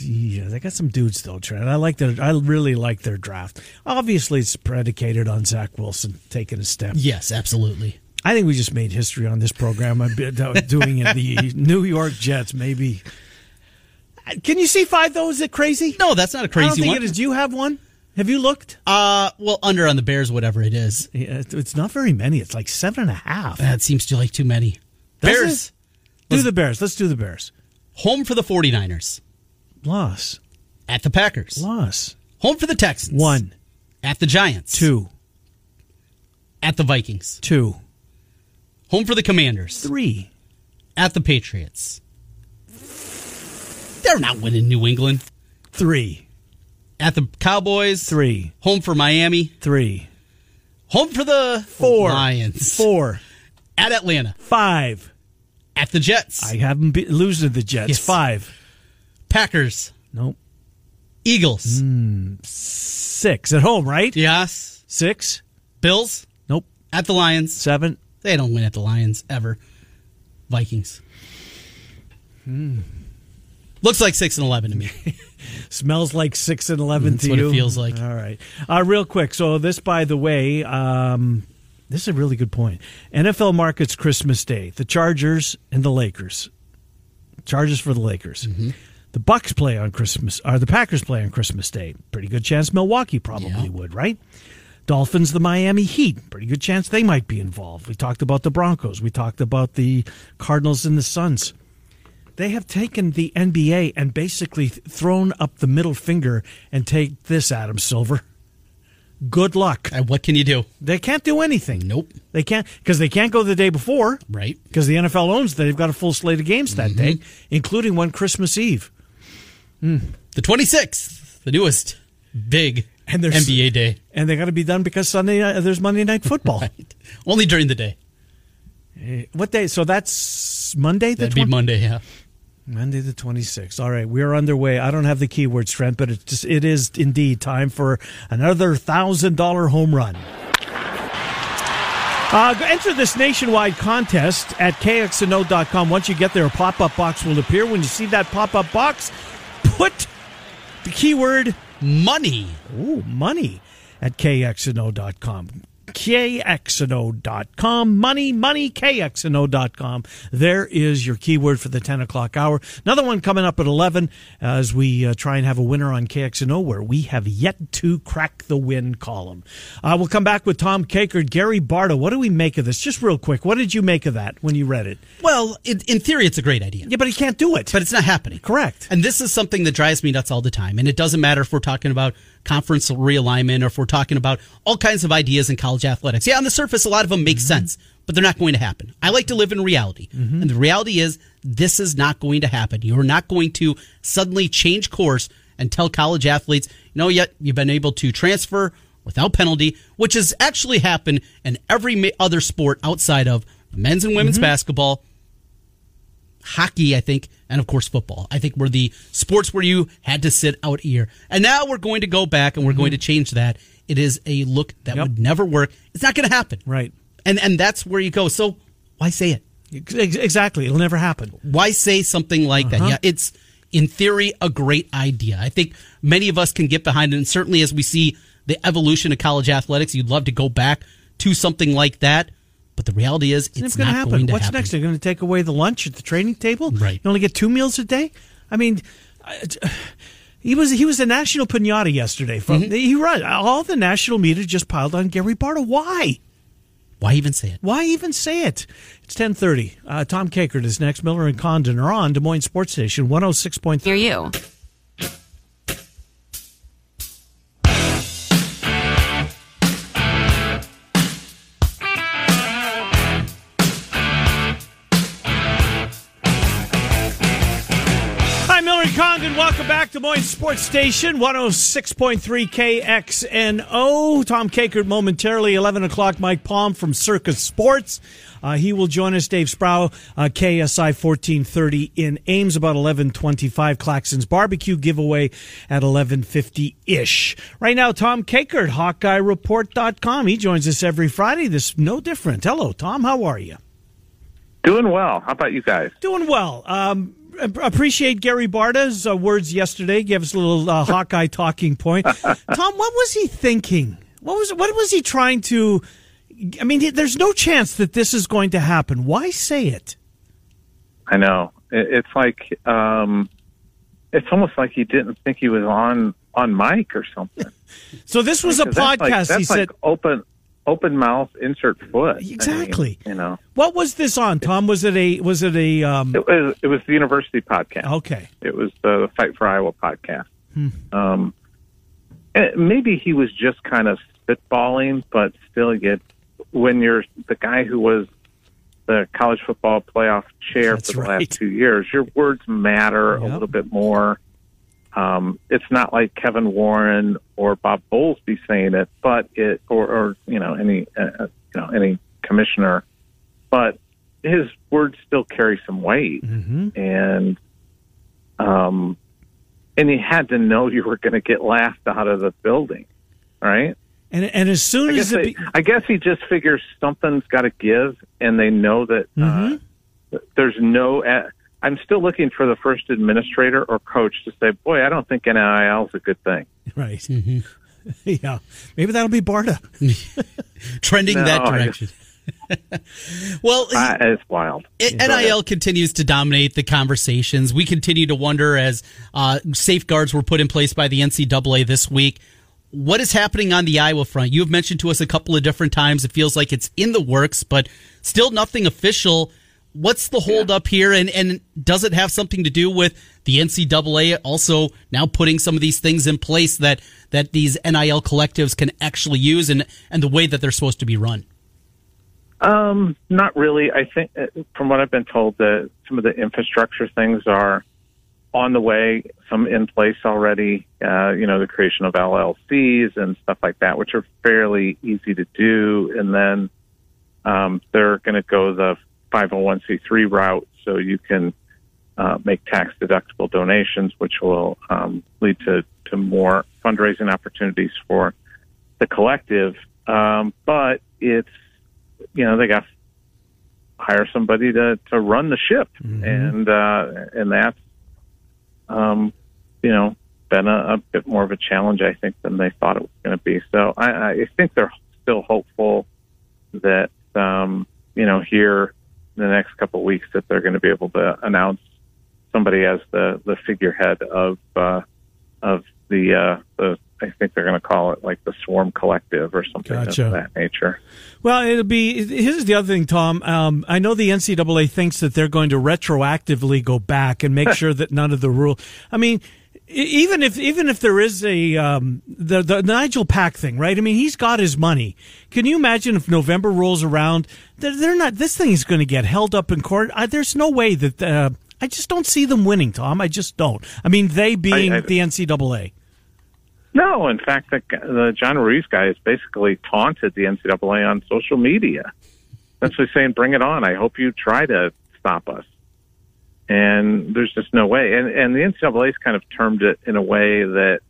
S3: yeah, they got some dudes though, Trent. I like their, I really like their draft. Obviously, it's predicated on Zach Wilson taking a step.
S4: Yes, absolutely.
S3: I think we just made history on this program. I'm doing it. The New York Jets, maybe. Uh, Can you see five though? Is it crazy?
S4: No, that's not a crazy
S3: I don't think
S4: one.
S3: it is. Do you have one? Have you looked?
S4: Uh, well, under on the Bears, whatever it is.
S3: Yeah, it- it's not very many. It's like seven and a half.
S4: That seems to like too many.
S3: Does
S4: Bears
S3: it? Do the Bears. Let's do the Bears.
S4: home for the 49ers
S3: Loss.
S4: at the Packers.
S3: Loss.
S4: Home for the Texans.
S3: One,
S4: At the Giants.
S3: two,
S4: At the Vikings.
S3: two,
S4: Home for the Commanders.
S3: three.
S4: At the Patriots. They're not winning New England.
S3: Three,
S4: At the Cowboys.
S3: three,
S4: Home for Miami.
S3: three,
S4: Home for the
S3: four,
S4: Lions.
S3: four,
S4: At Atlanta.
S3: five.
S4: At the Jets.
S3: I haven't be- losing to the Jets.
S4: Yes.
S3: Five.
S4: Packers.
S3: Nope.
S4: Eagles.
S3: Mm. Six at home, right?
S4: Yes.
S3: Six.
S4: Bills.
S3: Nope.
S4: At the Lions.
S3: Seven.
S4: They don't win at the Lions ever. Vikings.
S3: Hmm.
S4: Looks like six and eleven
S3: (laughs)
S4: to me.
S3: Smells like six and eleven
S4: That's
S3: to
S4: what it
S3: you.
S4: feels like.
S3: All right. Uh, real quick. So this, by the way, um, this is a really good point. NFL markets Christmas Day. The Chargers and the Lakers. Chargers for the Lakers.
S4: Mm-hmm.
S3: The Bucks play on Christmas, or the Packers play on Christmas Day. Pretty good chance Milwaukee probably
S4: Yeah.
S3: would, right? Dolphins, the Miami Heat. Pretty good chance they might be involved. We talked about the Broncos. We talked about the Cardinals and the Suns they have taken the NBA and basically th- thrown up the middle finger and take this, Adam Silver. Good luck.
S4: And what can you do?
S3: They can't do anything.
S4: Nope.
S3: They can't because they can't go the day before,
S4: Right. Mm-hmm.
S3: Because the NFL owns that they've got a full slate of games that day, including one Christmas Eve.
S4: The twenty sixth, the newest big
S3: And there's-
S4: NBA day.
S3: And they got to be done because Sunday uh, there's Monday night football.
S4: (laughs)
S3: Eh,
S4: Only during the day.
S3: What day? So that's Monday. The
S4: That'd be
S3: twen-
S4: Monday. Yeah.
S3: Monday the 26th. All right, we are underway. I don't have the keywords, Trent, but it's just, it is indeed time for another $1,000 home run. Uh, go- enter this nationwide contest at kxno.com. Once you get there, a pop up box will appear. When you see that pop up box, put the keyword
S4: Money.
S3: Ooh, money at kxno.com. KXNO.com. Money, money, KXNO.com. There is your keyword for the 10 o'clock hour. Another one coming up at 11 as we uh, try and have a winner on KXNO where we have yet to crack the win column. Uh, we'll come back with Tom Cakert, Gary Barta. What do we make of this? Just real quick, what did you make of that when you read it?
S4: Well, in, in theory, it's a great idea.
S3: Yeah, but he can't do it.
S4: but it's not happening.
S3: Correct.
S4: And this is something that drives me nuts all the time. And it doesn't matter if we're talking about conference realignment or if we're talking about all kinds of ideas in college athletics. Yeah, on the surface, a lot of them make sense, but they're not going to happen. I like to live in reality. And the reality is, this is not going to happen. You're not going to suddenly change course and tell college athletes, you know, yet you've been able to transfer without penalty, which has actually happened in every ma- other sport outside of men's and women's basketball hockey, I think, and of course football. I think were the sports where you had to sit out here. And now we're going to go back and we're going to change that. It is a look that
S3: Mm-hmm. Yep.
S4: would never work. It's not going to happen.
S3: Right.
S4: And and that's where you go. So why say it?
S3: Ex- Exactly. It'll never happen.
S4: Why say something like
S3: Uh-huh.
S4: that? Yeah, it's in theory a great idea. I think many of us can get behind it and certainly as we see the evolution of college athletics, you'd love to go back to something like that. But the reality is, it's,
S3: It's
S4: not
S3: going to happen.
S4: going to
S3: What's
S4: happen.
S3: next? They're going to take away the lunch at the training table.
S4: Right.
S3: You only get two meals a day. I mean, I- it's- (sighs) he was he was a national pinata yesterday. From
S4: Mm-hmm.
S3: he run all the national media just piled on Gary Barta. Why?
S4: Why even say it?
S3: Why even say it? It's ten thirty. Uh, Tom Cakert is next. Miller and Condon are on Des Moines Sports Station one hundred six point three.
S5: near you.
S3: Hi, Miller and Condon. Welcome back to Des Moines Sports Station, 106.3 KXNO. Tom Cakert momentarily, 11 o'clock. Mike Palm from Circus Sports. Uh, he will join us. Dave Sproul, uh, KSI 1430 in Ames, about 1125. Claxon's Barbecue giveaway at 1150-ish. Right now, Tom Cakert, HawkeyeReport.com. He joins us every Friday. This no different. Hello, Tom. How are you?
S6: Doing well. How about you guys?
S3: Doing well. Um, ap- appreciate Gary Barda's uh, words yesterday. Gave us a little uh, Hawkeye talking
S5: (laughs)
S3: point. Tom, what was he thinking? What was what was he trying to? I mean, he- there's no chance that this is going to happen. Why say it?
S5: I know. It, it's like um, it's almost like he didn't think he was on on mic or
S3: (laughs)
S5: something.
S3: So this was a
S5: 'Cause that's like-
S3: podcast.
S5: that's
S3: he said,
S5: like open open mouth, insert foot. I mean,
S3: Exactly.
S5: you know,
S3: "What was this on, Tom? Was it a was it a um,
S5: it was it was the university podcast.
S3: okay?" Hmm.
S5: It was the Fight for Iowa podcast. Um, and maybe he was just kind of spitballing, but still, you when you're the guy who was the college football playoff chair
S3: That's
S5: for the
S3: right.
S5: last two years, your words matter
S3: Yep.
S5: a little bit more. Um, it's not like Kevin Warren or Bob Bowlesby saying it, but it or, or you know any uh, uh, you know any commissioner, but his words still carry some weight, and um, and you had to know you were going to get laughed out of the building, right?
S3: And and as soon
S5: I
S3: as
S5: guess,
S3: it
S5: they,
S3: be- (laughs)
S5: I guess he just figures something's got to give, and they know that uh, th- there's no. Uh, I'm still looking for the first administrator or coach to say, "Boy, I don't think NIL is a good thing."
S3: right, (laughs) yeah, maybe that'll be Barda.
S4: trending
S5: No,
S4: that
S5: I
S4: direction. (laughs) well,
S5: I, it's wild.
S4: It, NIL continues to dominate the conversations. We continue to wonder as uh, safeguards were put in place by the NCAA this week. What is happening on the Iowa front? You've mentioned to us a couple of different times. It feels like it's in the works, but still nothing official. What's the holdup here? And, and does it have something to do with the NCAA also now putting some of these things in place that, that these NIL collectives can actually use and, and the way that they're supposed to be run?
S5: Um, not really. I think, uh, from what I've been told, that some of the infrastructure things are on the way, some in place already. Uh, you know, the creation of LLCs and stuff like that, which are fairly easy to do. And then um, they're going to go the 501c3 route, so you can uh, make tax deductible donations, which will um, lead to to more fundraising opportunities for the collective. Um, but it's you know they got to hire somebody to to run the ship and uh and that's um you know been a, a bit more of a challenge i think than they thought it was going to be so i i think they're still hopeful that um you know here in the next couple of weeks that they're going to be able to announce somebody as the the figurehead of uh of the uh the I think they're going to call it like the Swarm Collective or something
S3: Gotcha.
S5: of that nature.
S3: Well, it'll be. Here's the other thing, Tom. Um, I know the NCAA thinks that they're going to retroactively go back and make sure that none of the rule. I mean, e- even if even if there is a um, the the Nigel Pack thing, right? I mean, he's got his money. Can you imagine if November rolls around? They're, they're not. This thing is going to get held up in court. I, there's no way that. Uh, I just don't see them winning, Tom. I just don't. I mean, they being
S5: I-
S3: the NCAA.
S5: No, in fact, the, the John Ruiz guy has basically taunted the NCAA on social media, essentially saying, "Bring it on! I hope you try to stop us." And there's just no way. And and the NCAA's kind of termed it in a way that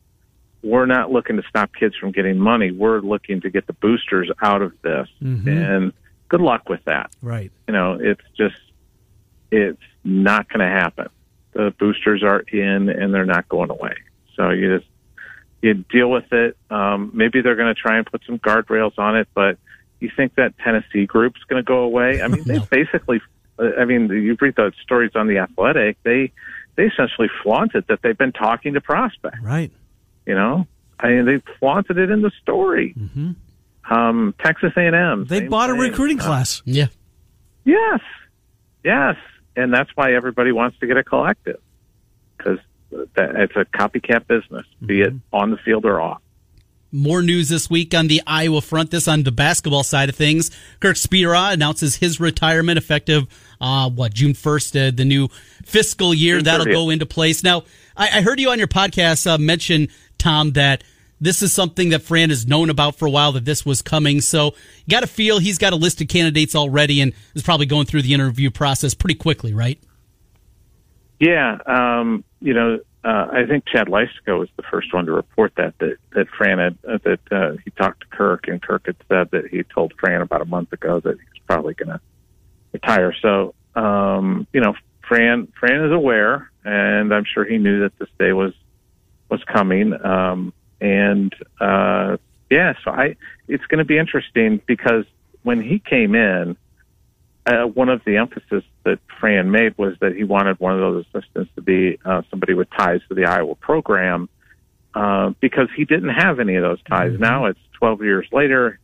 S5: we're not looking to stop kids from getting money. We're looking to get the boosters out of this. And good luck with that
S3: Right.
S5: you know, it's just it's not going to happen. The boosters are in, and they're not going away. So you just you deal with it. Um, maybe they're going to try and put some guardrails on it, but you think that Tennessee group's going to go away? I mean,
S3: (laughs)
S5: they basically. uh, I mean, you read the stories on the Athletic. They they essentially flaunted that they've been talking to prospects
S3: Right.
S5: you know i mean they flaunted it in the story um texas a&m
S3: Mm-hmm. They
S5: same
S3: bought a
S5: thing.
S3: recruiting class. (laughs)
S4: Yeah.
S5: yes yes and that's why everybody wants to get a collective because it's a copycat business be it on the field or off
S4: More news this week on the Iowa front. This on the basketball side of things. Kirk Spira announces his retirement effective, uh, what, June 1st, uh, the new fiscal year.
S5: June
S4: That'll
S5: 30th.
S4: go into place. Now, I, I heard you on your podcast uh, mention, Tom, that this is something that Fran has known about for a while, that this was coming. So you got to feel he's got a list of candidates already and is probably going through the interview process pretty quickly, right?
S5: Yeah, um, you know, uh, I think Chad Lysko was the first one to report that that that Fran had uh, that uh, he talked to Kirk and Kirk had said that he told Fran about a month ago that he was probably going to retire. So, um, you know, Fran Fran is aware, and I'm sure he knew that this day was was coming. Um, and uh, yeah, so I it's going to be interesting because when he came in, uh, one of the emphasis that Fran made was that he wanted one of those assistants to be uh, somebody with ties to the Iowa program uh, because he didn't have any of those ties.
S3: Mm-hmm.
S5: Now it's 12 years later.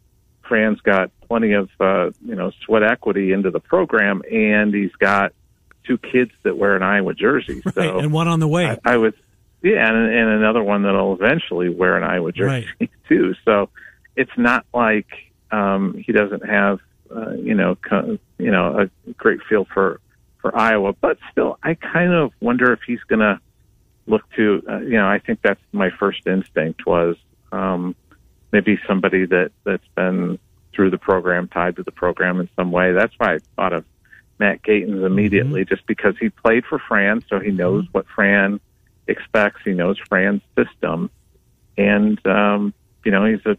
S5: Fran's got plenty of uh, you know sweat equity into the program, and he's got two kids that wear an Iowa jersey. So
S3: Right, and one on the way.
S5: I, I would, yeah, and, and another one that'll eventually wear an Iowa jersey (laughs) too. So it's not like um, he doesn't have, uh, you know, co- you know, a great feel for for Iowa. But still, I kind of wonder if he's going to look to, uh, you know, I think that's my first instinct was um, maybe somebody that that's been through the program, tied to the program in some way. That's why I thought of Matt Gatens immediately, just because he played for Fran, so he knows what Fran expects. He knows Fran's system, and um, you know he's a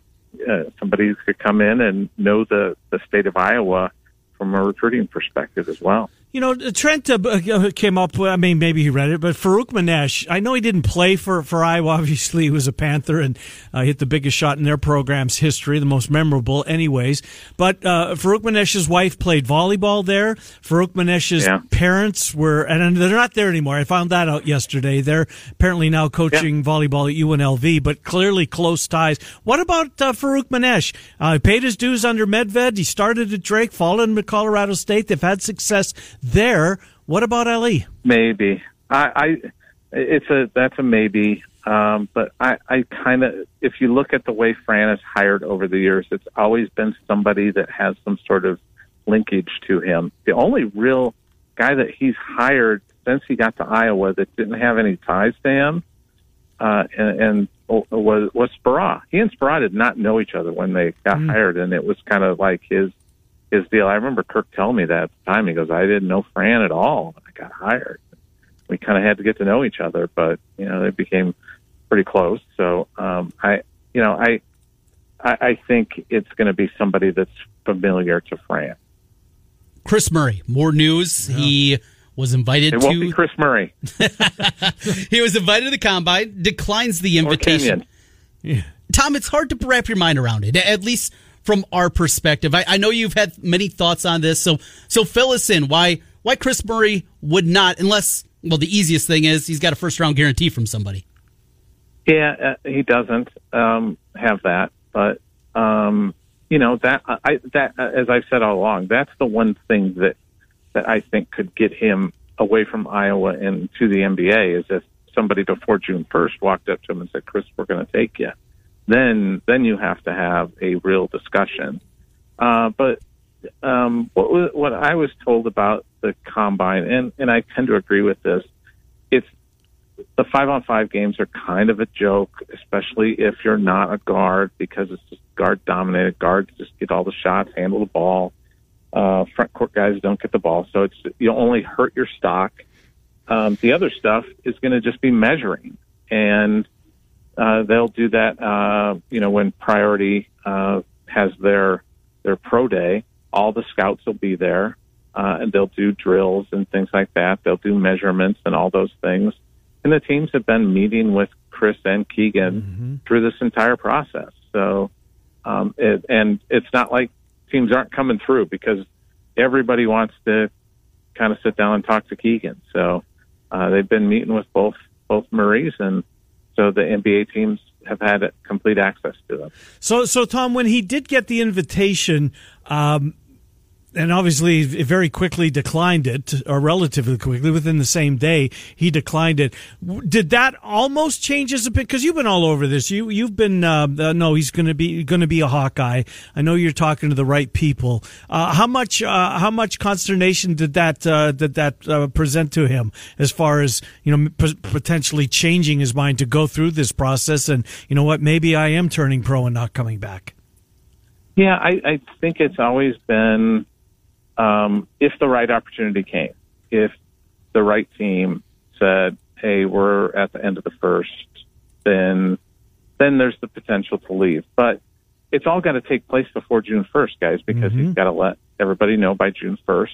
S5: uh, somebody who could come in and know the the state of Iowa from a recruiting perspective as well.
S3: You know, Trent uh, b- uh, came up. I mean, maybe he read it, but Farouk Manesh. I know he didn't play for for Iowa. (laughs) Obviously, he was a Panther and uh, hit the biggest shot in their program's history, the most memorable, anyways. But uh, Farouk Manesh's wife played volleyball there. Farouk Manesh's
S5: Yeah.
S3: parents were, and they're not there anymore. I found that out yesterday. They're apparently now coaching volleyball at UNLV, but clearly close ties. What about uh, Farouk Manesh? Uh, he paid his dues under Medved. He started at Drake, fallen to Colorado State. They've had success there. What about E? LE?
S5: Maybe I, I it's a that's a maybe. Um, but I, I kind of, if you look at the way Fran has hired over the years, it's always been somebody that has some sort of linkage to him. The only real guy that he's hired since he got to Iowa that didn't have any ties to him, uh, and, and was was Sparrow. He and Sparrow did not know each other when they got hired, and it was kind of like his his deal. I remember Kirk telling me that at the time. He goes, "I didn't know Fran at all when I got hired. We kind of had to get to know each other, but you know, they became pretty close." So um, I, you know, I, I, I think it's going to be somebody that's familiar to Fran.
S4: Chris Murray, more news. He was invited
S5: It won't be
S4: to
S5: Chris Murray
S4: he was invited to the combine, declines the
S5: or
S4: invitation.
S5: Kenyon.
S4: Tom, it's hard to wrap your mind around it, at least from our perspective. I, I know you've had many thoughts on this, so so fill us in. Why why Chris Murray would not, unless well, the easiest thing is he's got a first round guarantee from somebody.
S5: Yeah, uh, he doesn't um, have that, but um, you know that I that uh, as I've said all along, that's the one thing that that I think could get him away from Iowa and to the NBA is if somebody before June first walked up to him and said, "Chris, we're going to take you." Then then you have to have a real discussion. Uh, but um, what wa- what I was told about the combine, and and I tend to agree with this, it's the five on five games are kind of a joke, especially if you're not a guard because it's just guard dominated. Guards just get all the shots, handle the ball. Uh, front court guys don't get the ball, so it's you only hurt your stock. Um, the other stuff is going to just be measuring, and uh, they'll do that. Uh, you know, when Priority uh, has their their pro day, all the scouts will be there, uh, and they'll do drills and things like that. They'll do measurements and all those things. And the teams have been meeting with Chris and Keegan through this entire process. So, um, it, and it's not like teams aren't coming through because everybody wants to kind of sit down and talk to Keegan. So uh, they've been meeting with both both Murrays, and so the NBA teams have had complete access to them.
S3: So, so Tom, when he did get the invitation, um, and obviously he very quickly declined it, or relatively quickly, within the same day, he declined it. W- Did that almost change his opinion? Because you've been all over this. You, you've been. Uh, uh, no, he's going to be going to be a Hawkeye. I know you're talking to the right people. Uh, how much? Uh, how much consternation did that uh, did that uh, present to him as far as you know p- potentially changing his mind to go through this process? And you know what? Maybe I am turning pro and not coming back.
S5: Yeah, I, I think it's always been um, if the right opportunity came, if the right team said, "Hey, we're at the end of the first, then then there's the potential to leave. But it's all got to take place before June 1st, guys, because he's got to let everybody know by June 1st.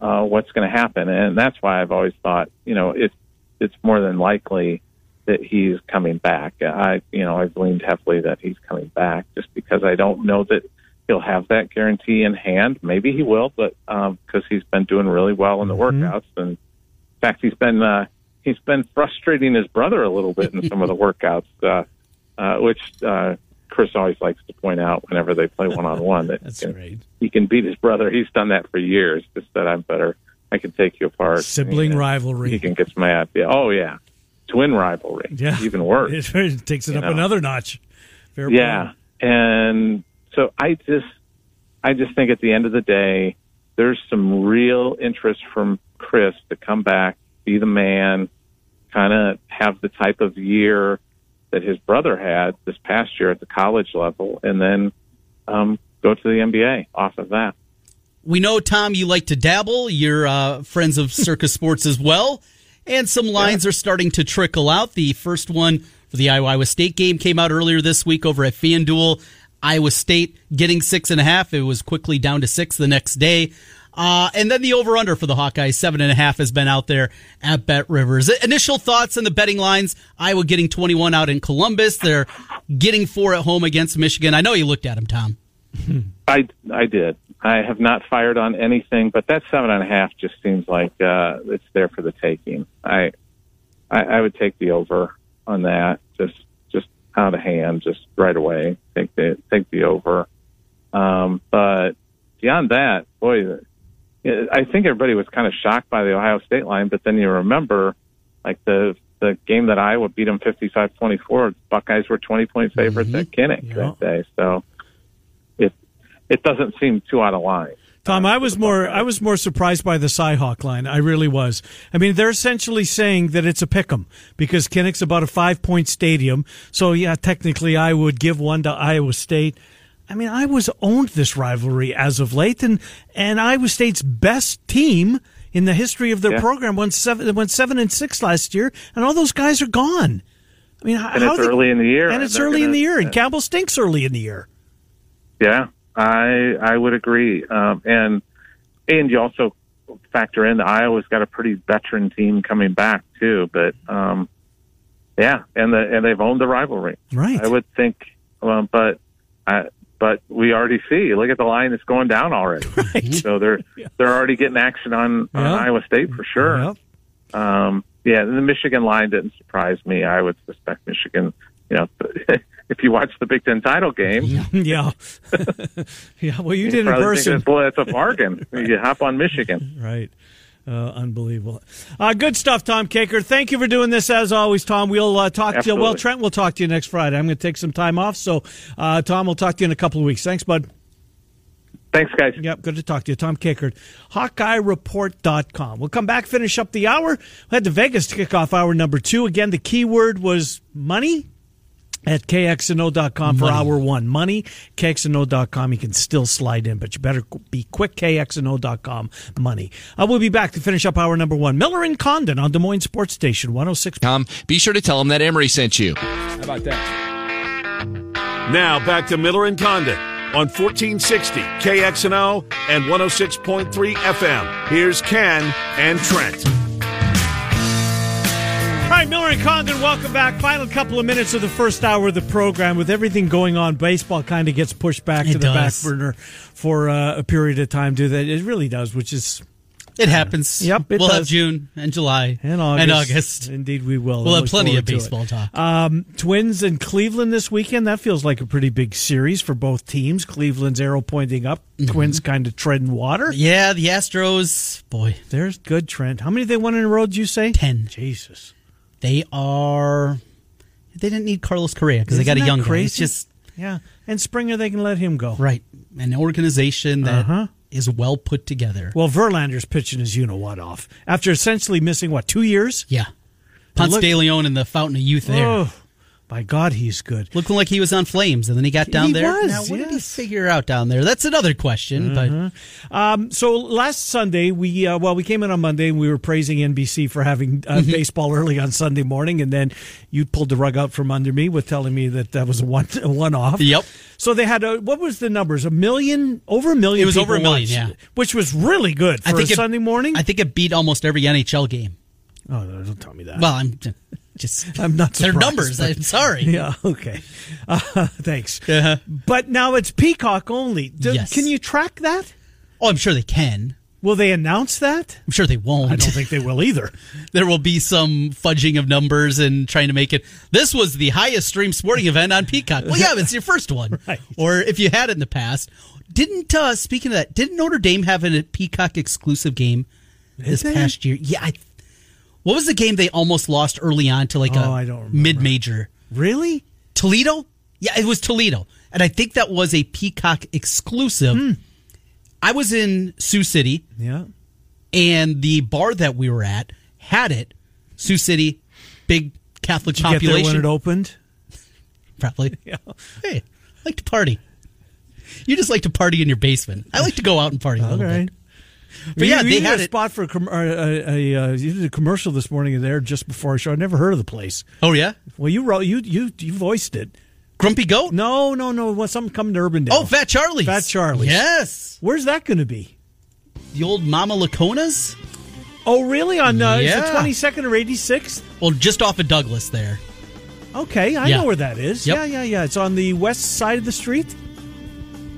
S5: uh, what's going to happen. And that's why I've always thought, you know, it's it's more than likely that he's coming back. I, you know, I've leaned heavily that he's coming back just because I don't know that he'll have that guarantee in hand. Maybe he will, but because he's been doing really well in the workouts, and in fact, he's been uh, he's been frustrating his brother a little bit in
S3: (laughs)
S5: some of the workouts, uh, uh, which uh, Chris always likes to point out whenever they play one on one that
S4: That's
S5: you know,
S4: right.
S5: he can beat his brother. He's done that for years. Just that I'm better. I can take you apart.
S3: Sibling
S5: And
S3: rivalry.
S5: He can get mad. Yeah. Oh yeah. Twin rivalry.
S3: Yeah.
S5: Even worse.
S3: (laughs) It takes it up
S5: know.
S3: another notch. Fair
S5: yeah. And so I just, I just think at the end of the day, there's some real interest from Chris to come back, be the man, kind of have the type of year that his brother had this past year at the college level, and then um, go to the NBA off of that.
S4: We know, Tom, you like to dabble. You're uh, friends of Circus Sports as well. And some lines are starting to trickle out. The first one for the Iowa State game came out earlier this week over at FanDuel. Iowa State getting six and a half. It was quickly down to six the next day. Uh, and then the over under for the Hawkeyes, seven and a half, has been out there at Bet Rivers. Uh, Initial thoughts on the betting lines Iowa getting 21 out in Columbus. They're getting four at home against Michigan. I know you looked at them, Tom.
S5: I I did. I have not fired on anything, but that seven and a half just seems like uh, it's there for the taking. I, I I would take the over on that. Just just out of hand, just right away. Take the take the over. Um, but beyond that, boy, I think everybody was kind of shocked by the Ohio State line. But then you remember, like the the game that Iowa beat them 55-24, Buckeyes were twenty point favorites at Kinnick that day. So it it doesn't seem too out of line.
S3: Tom, I was more I was more surprised by the Cyhawk line. I really was. I mean, they're essentially saying that it's a pick 'em because Kinnick's about a five point stadium. So yeah, technically, I would give one to Iowa State. I mean, I was owned this rivalry as of late, and and Iowa State's best team in the history of their
S5: Yeah.
S3: program went seven went seven and six last year, and all those guys are gone. I mean,
S5: And
S3: how
S5: it's
S3: they-
S5: early in the year,
S3: and
S5: and
S3: it's
S5: they're
S3: early in
S5: gonna-
S3: the year, and Campbell stinks early in the year.
S5: Yeah, I I would agree. Um, and and you also factor in that Iowa's got a pretty veteran team coming back too. But um, yeah, and the and they've owned the rivalry.
S3: Right.
S5: I would think, well, but I, but we already see. Look at the line; it's going down already.
S3: (laughs) Right.
S5: So they're they're already getting action on, on
S3: Yeah.
S5: Iowa State for sure.
S3: Yep.
S5: Um, yeah, the Michigan line didn't surprise me. I would suspect Michigan. You know, (laughs) if you watch the Big Ten title game,
S3: (laughs) yeah. yeah. Well, you did in
S5: probably
S3: person.
S5: thinking, boy, that's a bargain. you hop on Michigan.
S3: Right. Uh, unbelievable. Uh, good stuff, Tom Caker. Thank you for doing this as always, Tom. We'll uh, talk to you. Well,
S5: Absolutely.
S3: Trent, we'll talk to you next Friday. I'm going to take some time off. So, uh, Tom, we'll talk to you in a couple of weeks. Thanks, bud.
S5: Thanks, guys.
S3: Yep, good to talk to you. Tom Kickard, HawkeyeReport.com. We'll come back, finish up the hour. We had the Vegas to kick off hour number two. Again, the key word was money at kxno.com for hour one. Money, kxno.com. You can still slide in, but you better be quick, kxno.com money. Uh, we'll be back to finish up hour number one. Miller and Condon on Des Moines Sports Station, 106.
S6: Tom, be sure to tell them that Emery sent you.
S2: Now back to Miller and Condon on 1460 KXNO and 106.3 FM. Here's Ken and Trent.
S3: All right, Miller and Condon, welcome back. Final couple of minutes of the first hour of the program. With everything going on, baseball kind of gets pushed back to
S4: It
S3: the
S4: does.
S3: back burner for uh, a period of time. Do that? It really does, which is
S4: It happens.
S3: Yep, it
S4: we'll have
S3: does.
S4: June and July
S3: in August.
S4: And August.
S3: indeed, we will.
S4: We'll
S3: I
S4: have
S3: look
S4: plenty
S3: forward
S4: of
S3: to it.
S4: baseball talk.
S3: Um, Twins and Cleveland this weekend. That feels like a pretty big series for both teams. Cleveland's arrow pointing up.
S4: Mm-hmm.
S3: Twins kind of treading water.
S4: yeah, the Astros, boy,
S3: There's good Trent. How many they won in a row? Did you say
S4: 10.
S3: Jesus.
S4: they are. They didn't need Carlos Correa because they
S3: Isn't
S4: got a
S3: that
S4: young guy. It's
S3: crazy?
S4: just
S3: Yeah, and Springer they can let him go.
S4: right, an organization that is
S3: Uh-huh.
S4: well put together.
S3: Well, Verlander's pitching his you know what off after essentially missing what two years.
S4: yeah, Ponce
S3: look-
S4: de Leon and the Fountain of Youth there.
S3: Oh, By God, he's good.
S4: Looking like he was on flames, and then he got down
S3: He
S4: there.
S3: was,
S4: now, what did he
S3: yes.
S4: figure out down there? That's another question. But
S3: Um, so last Sunday, we uh, well, we came in on Monday and we were praising NBC for having uh,
S4: Mm-hmm.
S3: baseball early on Sunday morning, and then you pulled the rug out from under me with telling me that that was a one one off.
S4: Yep.
S3: So they had a, what was the numbers? A million, over a million.
S4: It was over a
S3: people
S4: million,
S3: watched,
S4: yeah.
S3: which was really good for
S4: I think
S3: a
S4: it-
S3: Sunday morning.
S4: I think it beat almost every NHL game.
S3: oh, no, don't tell me that.
S4: Well, I'm j-
S3: (laughs)
S4: just
S3: I'm not.
S4: their
S3: surprised,
S4: numbers.
S3: but-
S4: I'm sorry.
S3: (laughs) Yeah. Oh, Okay. Uh, thanks. But now it's Peacock only. Do-
S4: Uh-huh. Yes.
S3: Can you track that?
S4: Oh, I'm sure they can.
S3: Will they announce that?
S4: I'm sure they won't.
S3: I don't think they will either.
S4: (laughs) there will be some fudging of numbers and trying to make it. This was the highest streamed sporting event on Peacock. Well, yeah, it's your first one,
S3: (laughs) Right.
S4: or if you had it in the past. Didn't uh, speaking of that, didn't Notre Dame have a Peacock exclusive game this
S3: they?
S4: past year? Yeah, I, what was the game they almost lost early on to like
S3: Oh, I
S4: a
S3: don't remember.
S4: mid major?
S3: Really?
S4: Toledo? Yeah, it was Toledo. And I think that was a Peacock exclusive.
S3: Hmm.
S4: I was in Sioux City
S3: Yeah.
S4: and the bar that we were at had it. Sioux City, big Catholic
S3: Get there when
S4: population, Oh,
S3: it opened. (laughs)
S4: probably. Hey, I like to party. You just like to party in your basement. I like to go out and party a
S3: All
S4: little
S3: right.
S4: bit. But yeah,
S3: you,
S4: they
S3: you did
S4: had
S3: a
S4: it.
S3: spot for a, com- or a, a, a, you did a commercial this morning in there just before our show. I never heard of the place.
S4: Oh yeah,
S3: Well, you wrote you you you voiced it.
S4: Grumpy Goat.
S3: No, no, no. Well, something coming to Urbandale.
S4: Oh, Fat Charlie's.
S3: Fat Charlie's.
S4: Yes,
S3: Where's that going to be?
S4: the old Mama Lacona's.
S3: Oh, really? On uh, is
S4: Yeah.
S3: it twenty second or eighty sixth?
S4: Well, just off of Douglas there.
S3: Okay, I
S4: Yeah.
S3: know where that is.
S4: Yep.
S3: Yeah, yeah, yeah. It's on the west side of the street.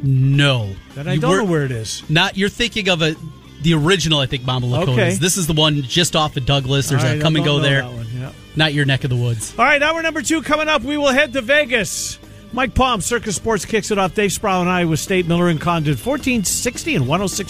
S4: No,
S3: Then I
S4: You
S3: don't
S4: were-
S3: know where it is.
S4: Not you're thinking of a the original. I think Mama Lacona's.
S3: Okay.
S4: This is the one just off of Douglas. There's
S3: All
S4: a
S3: right, I
S4: come and
S3: don't
S4: go
S3: know
S4: there.
S3: that one, yeah.
S4: Not your neck of the woods.
S3: All right, hour number two coming up. We will head to Vegas. Mike Palm, Circus Sports kicks it off. Dave Sproul and oh Iowa State, Miller and Condon, 1460 and 106.